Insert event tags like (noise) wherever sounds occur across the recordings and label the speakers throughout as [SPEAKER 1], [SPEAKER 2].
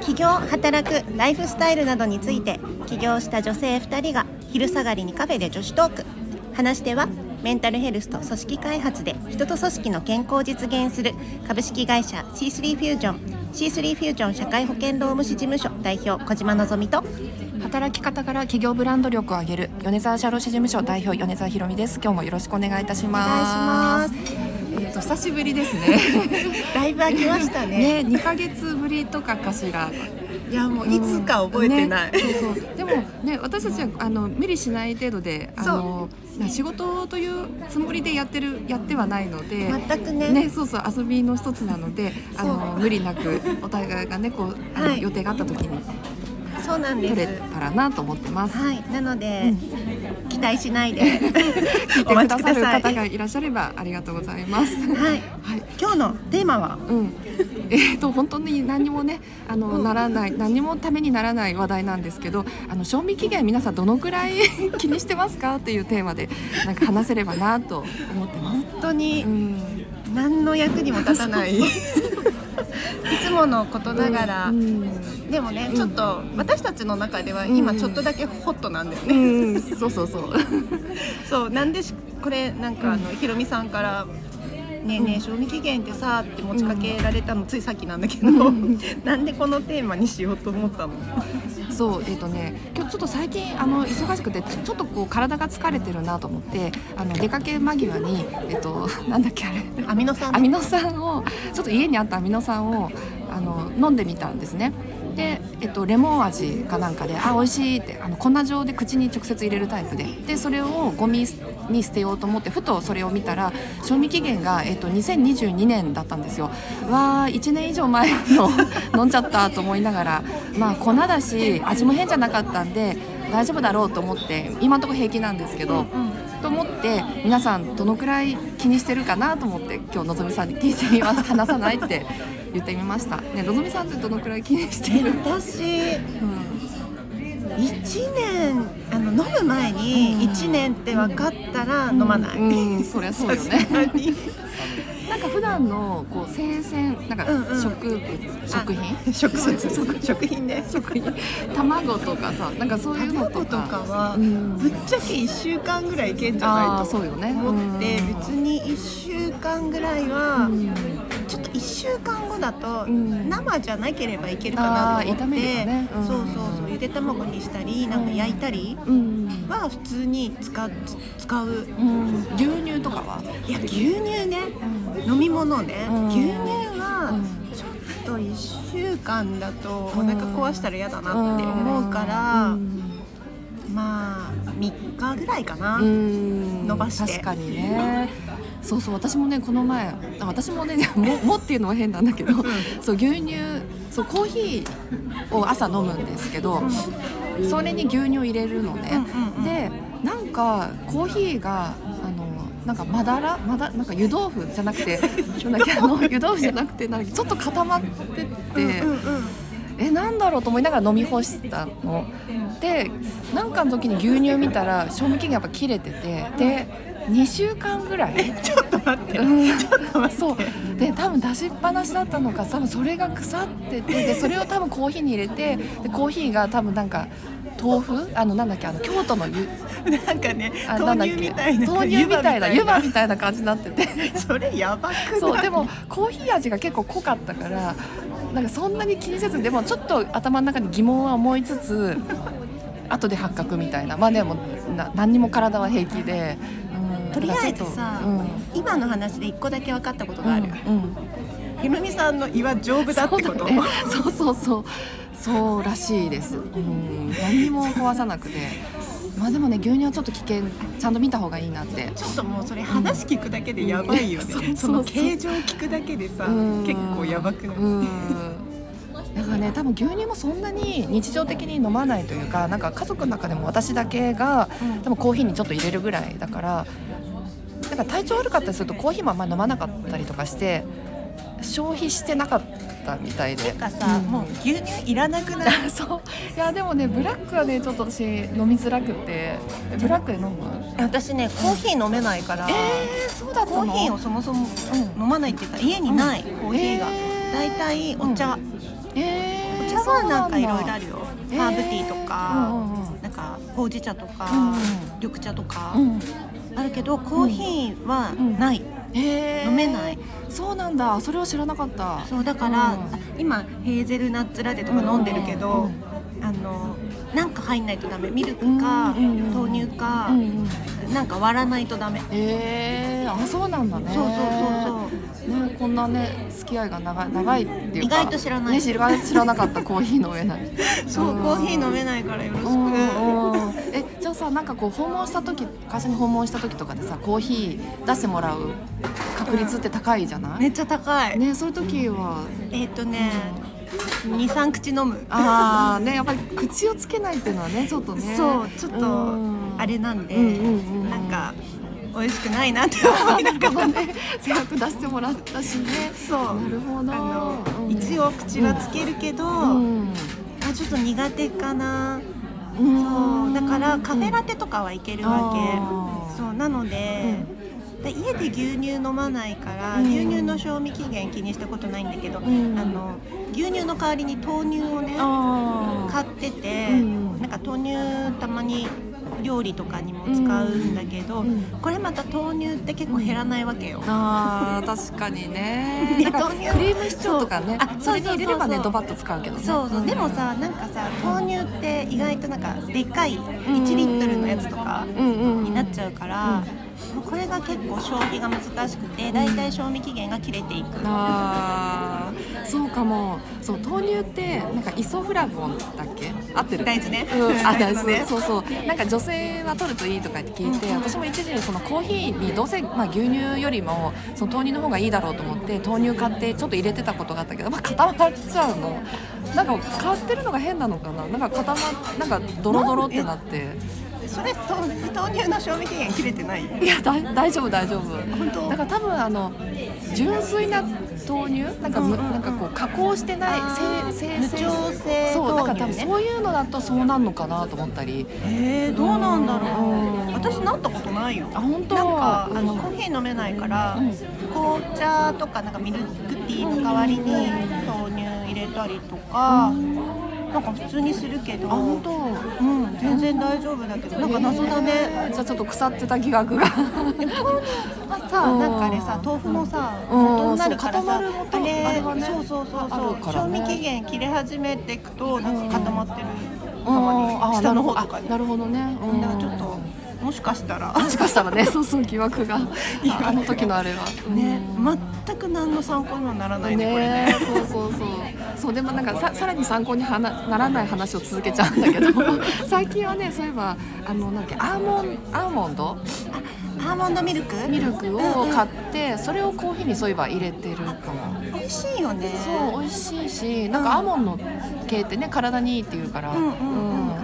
[SPEAKER 1] 起業働くライフスタイルなどについて起業した女性2人が昼下がりにカフェで女子トーク話し手はメンタルヘルスと組織開発で人と組織の健康を実現する株式会社 C3 フュージョン C3 フュージョン社会保険労務士事務所代表小島のぞみと
[SPEAKER 2] 働き方から企業ブランド力を上げる米沢社労士事務所代表米沢ひろみです今日もよろしくお願いいたします
[SPEAKER 1] お願いし
[SPEAKER 2] えっ、と久しぶりですね
[SPEAKER 1] だいぶ空きましたね
[SPEAKER 2] ね二ヶ月ぶりとかかしら
[SPEAKER 1] いやも (laughs) ういつか覚えてない、
[SPEAKER 2] ねそうそうでもね私たちはあの無理しない程度であのな仕事というつもりでやってるやってはないので、
[SPEAKER 1] 全くね
[SPEAKER 2] ね、そうそう遊びの一つなのであ
[SPEAKER 1] そ
[SPEAKER 2] の無理なくお互いがねこうあの、
[SPEAKER 1] はい
[SPEAKER 2] 予定があった時に
[SPEAKER 1] そうなんで
[SPEAKER 2] 取れ
[SPEAKER 1] す
[SPEAKER 2] たらなと思ってます。
[SPEAKER 1] はいなので、期待しないで聞い
[SPEAKER 2] 聞いてくださる方がいらっしゃればありがとうござい (laughs) ます。
[SPEAKER 1] はい
[SPEAKER 2] はい、
[SPEAKER 1] 今日のテーマは
[SPEAKER 2] うん、えっと本当に何にもねあの、ならない何にもためにならない話題なんですけど、あの賞味期限皆さんどのくらい (laughs) 気にしてますかっていうテーマでなんか話せればなと思ってます。
[SPEAKER 1] 本当に
[SPEAKER 2] うん、
[SPEAKER 1] 何の役にも立たないいつものことながら、
[SPEAKER 2] うん
[SPEAKER 1] でもね
[SPEAKER 2] うん
[SPEAKER 1] ちょっと私たちの中では
[SPEAKER 2] うん
[SPEAKER 1] 今ちょっとだけホットなんだよ
[SPEAKER 2] う
[SPEAKER 1] ね、
[SPEAKER 2] ん、そうそうそう。 (laughs)
[SPEAKER 1] そうなんでしこれなんかあの、ひろみさんから「ねえねえ賞味期限ってさ」って持ちかけられたのついさっきなんだけど、
[SPEAKER 2] うん
[SPEAKER 1] なんでこのテーマにしようと思ったの
[SPEAKER 2] そうえっ、とね今日ちょっと最近あの忙しくてちょちょっとこう体が疲れてるなと思ってあの出かけ間際にえっ、となんだっけあれ
[SPEAKER 1] アミノ酸
[SPEAKER 2] アミノ酸をちょっと家にあったアミノ酸をあの飲んでみたんですねで、えっと、レモン味かなんかで「あ美味しい」ってあの粉状で口に直接入れるタイプででそれをゴミに捨てようと思ってふとそれを見たら賞味期限が、えっと、2022年だったんですよわー1年以上前の (laughs) 飲んじゃったと思いながらまあ粉だし味も変じゃなかったんで大丈夫だろうと思って今のところ平気なんですけど。
[SPEAKER 1] うん
[SPEAKER 2] と思って皆さんどのくらい気にしてるかなと思って今日のぞみさんに聞いてみます話さない
[SPEAKER 1] (laughs)
[SPEAKER 2] って言ってみましたねのぞみさんってどのくらい気にしている、
[SPEAKER 1] 私
[SPEAKER 2] う
[SPEAKER 1] 1年あの飲む前
[SPEAKER 2] うん
[SPEAKER 1] に1年って分かったら飲まない、
[SPEAKER 2] ん、うん、そりゃそうよ
[SPEAKER 1] (laughs)
[SPEAKER 2] ね
[SPEAKER 1] 確かに
[SPEAKER 2] なんか普段のこう生鮮なんか
[SPEAKER 1] うんうん
[SPEAKER 2] 植物、食品
[SPEAKER 1] 食品食品ね
[SPEAKER 2] 食品卵とかさなんかそういうの
[SPEAKER 1] 卵
[SPEAKER 2] と
[SPEAKER 1] とか
[SPEAKER 2] か
[SPEAKER 1] は
[SPEAKER 2] うん
[SPEAKER 1] ぶっちゃけ1週間ぐらいいけんじゃ
[SPEAKER 2] あ
[SPEAKER 1] な
[SPEAKER 2] ー
[SPEAKER 1] いと
[SPEAKER 2] そうよね
[SPEAKER 1] 思って
[SPEAKER 2] うん
[SPEAKER 1] 別に1週間ぐらいは
[SPEAKER 2] うん
[SPEAKER 1] ちょっと1週間後だと
[SPEAKER 2] うん
[SPEAKER 1] 生じゃなければいけるかなと思っ
[SPEAKER 2] あー炒める
[SPEAKER 1] て
[SPEAKER 2] よねうん
[SPEAKER 1] そうそうそうゆで卵にしたりなんか焼いたり
[SPEAKER 2] うん
[SPEAKER 1] は普通に使う使う
[SPEAKER 2] うん牛乳とかは、
[SPEAKER 1] いや牛乳ね
[SPEAKER 2] うん
[SPEAKER 1] 飲み物ね
[SPEAKER 2] うん
[SPEAKER 1] 牛乳はちょっと1週間だとお腹壊したら嫌だなって思うから
[SPEAKER 2] うん
[SPEAKER 1] まあ3日ぐらいかな
[SPEAKER 2] うん
[SPEAKER 1] 伸ばして
[SPEAKER 2] 確かにねそうそう私もねこの前あ私もねももっていうのは変なんだけどそう牛乳そうコーヒーを朝飲むんですけどそれに牛乳を入れるのね、でなんかコーヒーがあのなんかまだらまだなんか湯豆腐じゃ
[SPEAKER 1] (laughs)
[SPEAKER 2] なくてなんだっけあの湯豆腐じゃなくてなんかちょっと固まってって、
[SPEAKER 1] うんうんうん
[SPEAKER 2] えなんだろうと思いながら飲み干したのでなんかの時に牛乳見たら賞味期限やっぱ切れててで2週間ぐらい
[SPEAKER 1] ちょっと待って
[SPEAKER 2] うん
[SPEAKER 1] 待って
[SPEAKER 2] そうで多分出しっぱなしだったのか多分それが腐っててでそれを多分コーヒーに入れてでコーヒーが多分なんか豆腐あのなんだっけあの京都のゆ
[SPEAKER 1] なんかね
[SPEAKER 2] あなんだっ
[SPEAKER 1] 豆
[SPEAKER 2] け
[SPEAKER 1] 乳みたいな
[SPEAKER 2] 豆乳みたいな
[SPEAKER 1] 湯
[SPEAKER 2] 湯
[SPEAKER 1] 葉
[SPEAKER 2] 葉
[SPEAKER 1] み
[SPEAKER 2] みたいな感じになってて
[SPEAKER 1] たいなそれやばくない
[SPEAKER 2] そうでもコーヒー味が結構濃かったからなんかそんなに気にせずでもちょっと頭の中に疑問は思いつつ後で発覚みたいなまあでもな何にも体は平気で、うん、
[SPEAKER 1] とりあえず
[SPEAKER 2] だから
[SPEAKER 1] さ
[SPEAKER 2] ちょっとうん
[SPEAKER 1] 今の話で一個だけ分かったことがある、
[SPEAKER 2] うんうん
[SPEAKER 1] ひろみさんの胃は丈夫だってこと、
[SPEAKER 2] そうそうそうそうらしいです、うん、何にも壊さなくてまあでもね牛乳はちょっと危険ちゃんと見た方がいいなって
[SPEAKER 1] ちょっともうそれ話聞くだけでやばいよね、
[SPEAKER 2] うんうん
[SPEAKER 1] その形状聞くだけでさ
[SPEAKER 2] うん
[SPEAKER 1] 結構やばくない、
[SPEAKER 2] うんだからね多分牛乳もそんなに日常的に飲まないというかなんか家族の中でも私だけが多分コーヒーにちょっと入れるぐらいだからなんか体調悪かったりするとコーヒーもあんまり飲まなかったりとかして消費してなかったみたい
[SPEAKER 1] て
[SPEAKER 2] で。
[SPEAKER 1] かさ、
[SPEAKER 2] うん
[SPEAKER 1] もう牛乳いらなくない
[SPEAKER 2] そういやでもねブラックはねちょっと私飲みづらくてえブラックで飲む
[SPEAKER 1] 私ねコーヒー飲めないから
[SPEAKER 2] えー、そうだった
[SPEAKER 1] コ
[SPEAKER 2] の
[SPEAKER 1] ーヒーをそもそも
[SPEAKER 2] うん
[SPEAKER 1] 飲まないっていうか家にないコーヒーが、
[SPEAKER 2] えー
[SPEAKER 1] だいたいお茶、
[SPEAKER 2] えー
[SPEAKER 1] お茶茶はなんかいろいろあ
[SPEAKER 2] る
[SPEAKER 1] るよ
[SPEAKER 2] えー
[SPEAKER 1] ハーブティーと
[SPEAKER 2] う
[SPEAKER 1] か
[SPEAKER 2] んうん
[SPEAKER 1] なんかほうじ茶とか
[SPEAKER 2] うん
[SPEAKER 1] 緑茶とか
[SPEAKER 2] うん、うん
[SPEAKER 1] あるけどコーヒーはない
[SPEAKER 2] へー
[SPEAKER 1] 飲めない
[SPEAKER 2] そうなんだそれは知らなかった
[SPEAKER 1] そうだから
[SPEAKER 2] うん
[SPEAKER 1] 今ヘーゼルナッツラテとか飲んでるけ
[SPEAKER 2] う
[SPEAKER 1] ど
[SPEAKER 2] ん
[SPEAKER 1] あのなんか入んないとダメミルクか
[SPEAKER 2] うんうん
[SPEAKER 1] 豆乳か
[SPEAKER 2] うんうん
[SPEAKER 1] なんか割らないとダメ
[SPEAKER 2] へえあそうなんだね
[SPEAKER 1] そうそうそうそう
[SPEAKER 2] ね、こんなね付き合いが長い長いっていうか
[SPEAKER 1] 意外と知らない
[SPEAKER 2] ね、知ら知らなかった (laughs) コーヒーの上なんて
[SPEAKER 1] そう
[SPEAKER 2] うん
[SPEAKER 1] コーヒー飲めないからよろしく
[SPEAKER 2] うんうんえじゃあさなんかこう訪問した時会社に訪問した時とかでさコーヒー出してもらう確率って高いじゃない、
[SPEAKER 1] めっちゃ高い
[SPEAKER 2] ねそういう時は、
[SPEAKER 1] えっとね23口飲む
[SPEAKER 2] ああねやっぱり口をつけないっていうのはねちょっとね
[SPEAKER 1] そうちょっと
[SPEAKER 2] うん
[SPEAKER 1] あれなんで
[SPEAKER 2] うんうんうん
[SPEAKER 1] なんか美味しくないなって思いながら
[SPEAKER 2] ねせっかく出してもらったしね
[SPEAKER 1] そう
[SPEAKER 2] なるほど
[SPEAKER 1] あの
[SPEAKER 2] うん
[SPEAKER 1] 一応口はつけるけど、
[SPEAKER 2] うん
[SPEAKER 1] あちょっと苦手かな、
[SPEAKER 2] うん
[SPEAKER 1] そうだからカフェラテとかはいけるわ
[SPEAKER 2] あ
[SPEAKER 1] け、
[SPEAKER 2] ー
[SPEAKER 1] そうなので,、で家で牛乳飲まないから、
[SPEAKER 2] うん
[SPEAKER 1] 牛乳の賞味期限気にしたことないんだけど、
[SPEAKER 2] ん
[SPEAKER 1] あの牛乳の代わりに豆乳をね
[SPEAKER 2] あー
[SPEAKER 1] 買ってて、
[SPEAKER 2] うん
[SPEAKER 1] なんか豆乳たまに料理とかにも使うんだけど、
[SPEAKER 2] うん
[SPEAKER 1] これまた豆乳って結構減らないわけよ。
[SPEAKER 2] あー確かにね
[SPEAKER 1] ね
[SPEAKER 2] なんかク
[SPEAKER 1] 豆乳
[SPEAKER 2] リームシチューとかね
[SPEAKER 1] そうあ
[SPEAKER 2] それに入れればね
[SPEAKER 1] そうそう
[SPEAKER 2] ド
[SPEAKER 1] そう
[SPEAKER 2] バッと使うけどね
[SPEAKER 1] そうそう、
[SPEAKER 2] ん
[SPEAKER 1] でもさなんかさ豆乳って意外となんかでっかい1リットルのやつとか
[SPEAKER 2] うんうんうん
[SPEAKER 1] になっちゃうから、もうこれが結構消費が難しくてだいたい賞味期限が切れていく、
[SPEAKER 2] あーそうかもそう豆乳ってなんかイソフラボンだっけ合ってる
[SPEAKER 1] 大豆ね
[SPEAKER 2] うん、あ
[SPEAKER 1] 大豆
[SPEAKER 2] 大豆
[SPEAKER 1] ね
[SPEAKER 2] そうそうなんか女性は取るといいとかって聞いて、
[SPEAKER 1] うんうん
[SPEAKER 2] 私も一時にそのコーヒーにどうせ、まあ、牛乳よりもその豆乳の方がいいだろうと思って豆乳買ってちょっと入れてたことがあったけど、まあ、固まっちゃうのなんか買ってるのが変なのかななんか固まなんかドロドロってなって
[SPEAKER 1] それ豆豆乳の賞味期限切れてない
[SPEAKER 2] いやだ大丈夫大丈夫
[SPEAKER 1] 本当
[SPEAKER 2] だから多分あの純粋な豆乳なんかむ、
[SPEAKER 1] うんうんうん
[SPEAKER 2] なんかこう加工してない
[SPEAKER 1] あー
[SPEAKER 2] 生
[SPEAKER 1] 無調整
[SPEAKER 2] そうなん
[SPEAKER 1] 豆
[SPEAKER 2] か
[SPEAKER 1] 乳
[SPEAKER 2] 多分
[SPEAKER 1] ね
[SPEAKER 2] そういうのだとそうなんのかなと思ったり
[SPEAKER 1] えー、どうなんだろう、
[SPEAKER 2] うん
[SPEAKER 1] 私なったことないよ
[SPEAKER 2] あ本当
[SPEAKER 1] なんかあの
[SPEAKER 2] うん
[SPEAKER 1] コーヒー飲めないから、
[SPEAKER 2] うん
[SPEAKER 1] 紅茶とかなんかミルクティーの代わりに豆乳入れたりとか、なんか普通にするけど
[SPEAKER 2] あ本当
[SPEAKER 1] うん、全然大丈夫だけどなんか謎だね、
[SPEAKER 2] じゃあちょっと腐ってた疑惑が
[SPEAKER 1] で豆乳がさ
[SPEAKER 2] うん
[SPEAKER 1] なんかあれさ豆腐のさ
[SPEAKER 2] うん
[SPEAKER 1] 元になるからさ
[SPEAKER 2] そう固まる元
[SPEAKER 1] あれ
[SPEAKER 2] あれがね
[SPEAKER 1] そうそうそう
[SPEAKER 2] あ
[SPEAKER 1] そ
[SPEAKER 2] る
[SPEAKER 1] う、
[SPEAKER 2] から
[SPEAKER 1] 賞
[SPEAKER 2] ね
[SPEAKER 1] 味期限切れ始めていくとなんか固まってる、た
[SPEAKER 2] あ
[SPEAKER 1] まに
[SPEAKER 2] ー
[SPEAKER 1] 下の方とかに
[SPEAKER 2] なるほどあなるほどね
[SPEAKER 1] だからちょっともしかしたら
[SPEAKER 2] もしかしたらねそうそう疑
[SPEAKER 1] (laughs)
[SPEAKER 2] 惑があの時のあれは
[SPEAKER 1] ね
[SPEAKER 2] うん
[SPEAKER 1] (laughs) 全く何の参考にもならないねこれね
[SPEAKER 2] ねそうそうそうそうでもなんかささらに参考にはなならない話を続けちゃうんだ
[SPEAKER 1] (laughs)
[SPEAKER 2] けど最近はねそういえばあのなんだっけアーモンアーモンド
[SPEAKER 1] アーモンドミルク
[SPEAKER 2] ミルクを買ってそれをコーヒーにそういえば入れてるかも
[SPEAKER 1] 美味しいよね
[SPEAKER 2] そう美味しいしなんかアーモンド系ってね体にいいっていうからう
[SPEAKER 1] うんうんうん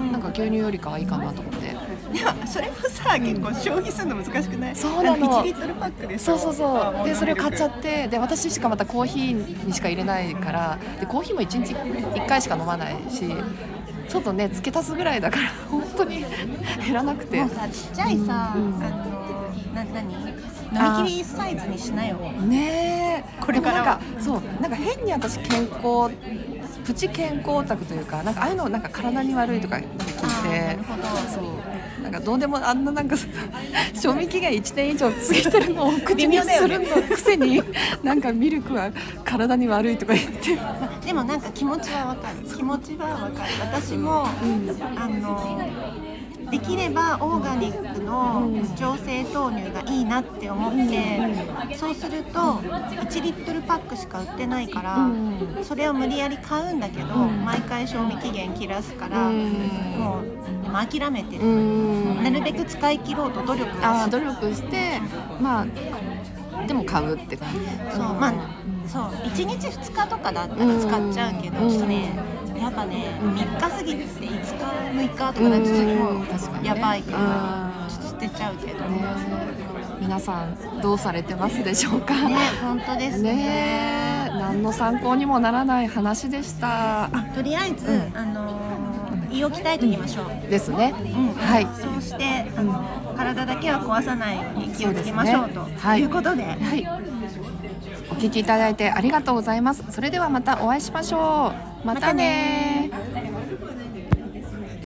[SPEAKER 1] うん
[SPEAKER 2] んなんか牛乳よりかはいいかなと思って
[SPEAKER 1] でもそれもさ結構消費するの難しくない
[SPEAKER 2] そうなの
[SPEAKER 1] あ1リットルパックで
[SPEAKER 2] そうそうそうでそれを買っちゃ
[SPEAKER 1] て
[SPEAKER 2] ってで私しかまたコーヒーにしか入れないからでコーヒーも1日1回しか飲まないしちょっとね付け足すぐらいだから (laughs) 本当に減らなくて
[SPEAKER 1] もうさちっちゃいさ、
[SPEAKER 2] うん
[SPEAKER 1] あのな何飲み切りサイズにしなよ
[SPEAKER 2] ねえ
[SPEAKER 1] これからは
[SPEAKER 2] でもなんかそうなんか変に私健康プチ健康オタクというかなんかああいうのなんか体に悪いとかなんか聞い
[SPEAKER 1] あーな
[SPEAKER 2] て
[SPEAKER 1] るほど
[SPEAKER 2] そうなんかどうでもあんななんか (laughs) 賞味期限1年以上過ぎてるのを口
[SPEAKER 1] 微
[SPEAKER 2] に
[SPEAKER 1] 妙だ
[SPEAKER 2] す
[SPEAKER 1] よ
[SPEAKER 2] る
[SPEAKER 1] ね
[SPEAKER 2] のくせになんかミルクは体に悪いとか言って。
[SPEAKER 1] でもなんか気持ちはわかる気持ちはわかる私も、あのできればオーガニックの調整豆乳がいいなって思ってそうすると1リットルパックしか売ってないから
[SPEAKER 2] う
[SPEAKER 1] それを無理やり買うんだけど
[SPEAKER 2] ん
[SPEAKER 1] 毎回賞味期限切らすから
[SPEAKER 2] うん
[SPEAKER 1] もうでも諦めてる
[SPEAKER 2] ん
[SPEAKER 1] なるべく使い切ろうと努力はす
[SPEAKER 2] あー
[SPEAKER 1] る
[SPEAKER 2] 努力してまあでも買うって感じ
[SPEAKER 1] そうまあそう1日2日とかだったら使っちゃうけど、
[SPEAKER 2] うん
[SPEAKER 1] ちょっとねやっぱね3日過ぎて5日6日とかだとちょっと
[SPEAKER 2] うん
[SPEAKER 1] も
[SPEAKER 2] 確かに
[SPEAKER 1] う
[SPEAKER 2] ね
[SPEAKER 1] やばいか
[SPEAKER 2] う
[SPEAKER 1] ら
[SPEAKER 2] ん
[SPEAKER 1] ちょっと捨てちゃうけど
[SPEAKER 2] ね
[SPEAKER 1] ね
[SPEAKER 2] 皆さんどうされてますでしょうか
[SPEAKER 1] 本当ですね
[SPEAKER 2] ね何の参考にもならない話でしたあ
[SPEAKER 1] とりあえず、
[SPEAKER 2] うん
[SPEAKER 1] あのー胃を鍛えてみましょう、
[SPEAKER 2] ですね
[SPEAKER 1] うん
[SPEAKER 2] はい
[SPEAKER 1] そうしてあの体だけは壊さないように気をつけましょう
[SPEAKER 2] そ
[SPEAKER 1] と
[SPEAKER 2] うですねはい
[SPEAKER 1] いうことで、
[SPEAKER 2] はいお聞きいただいてありがとうございますそれではまたお会いしましょうま
[SPEAKER 1] ま
[SPEAKER 2] たね
[SPEAKER 1] たね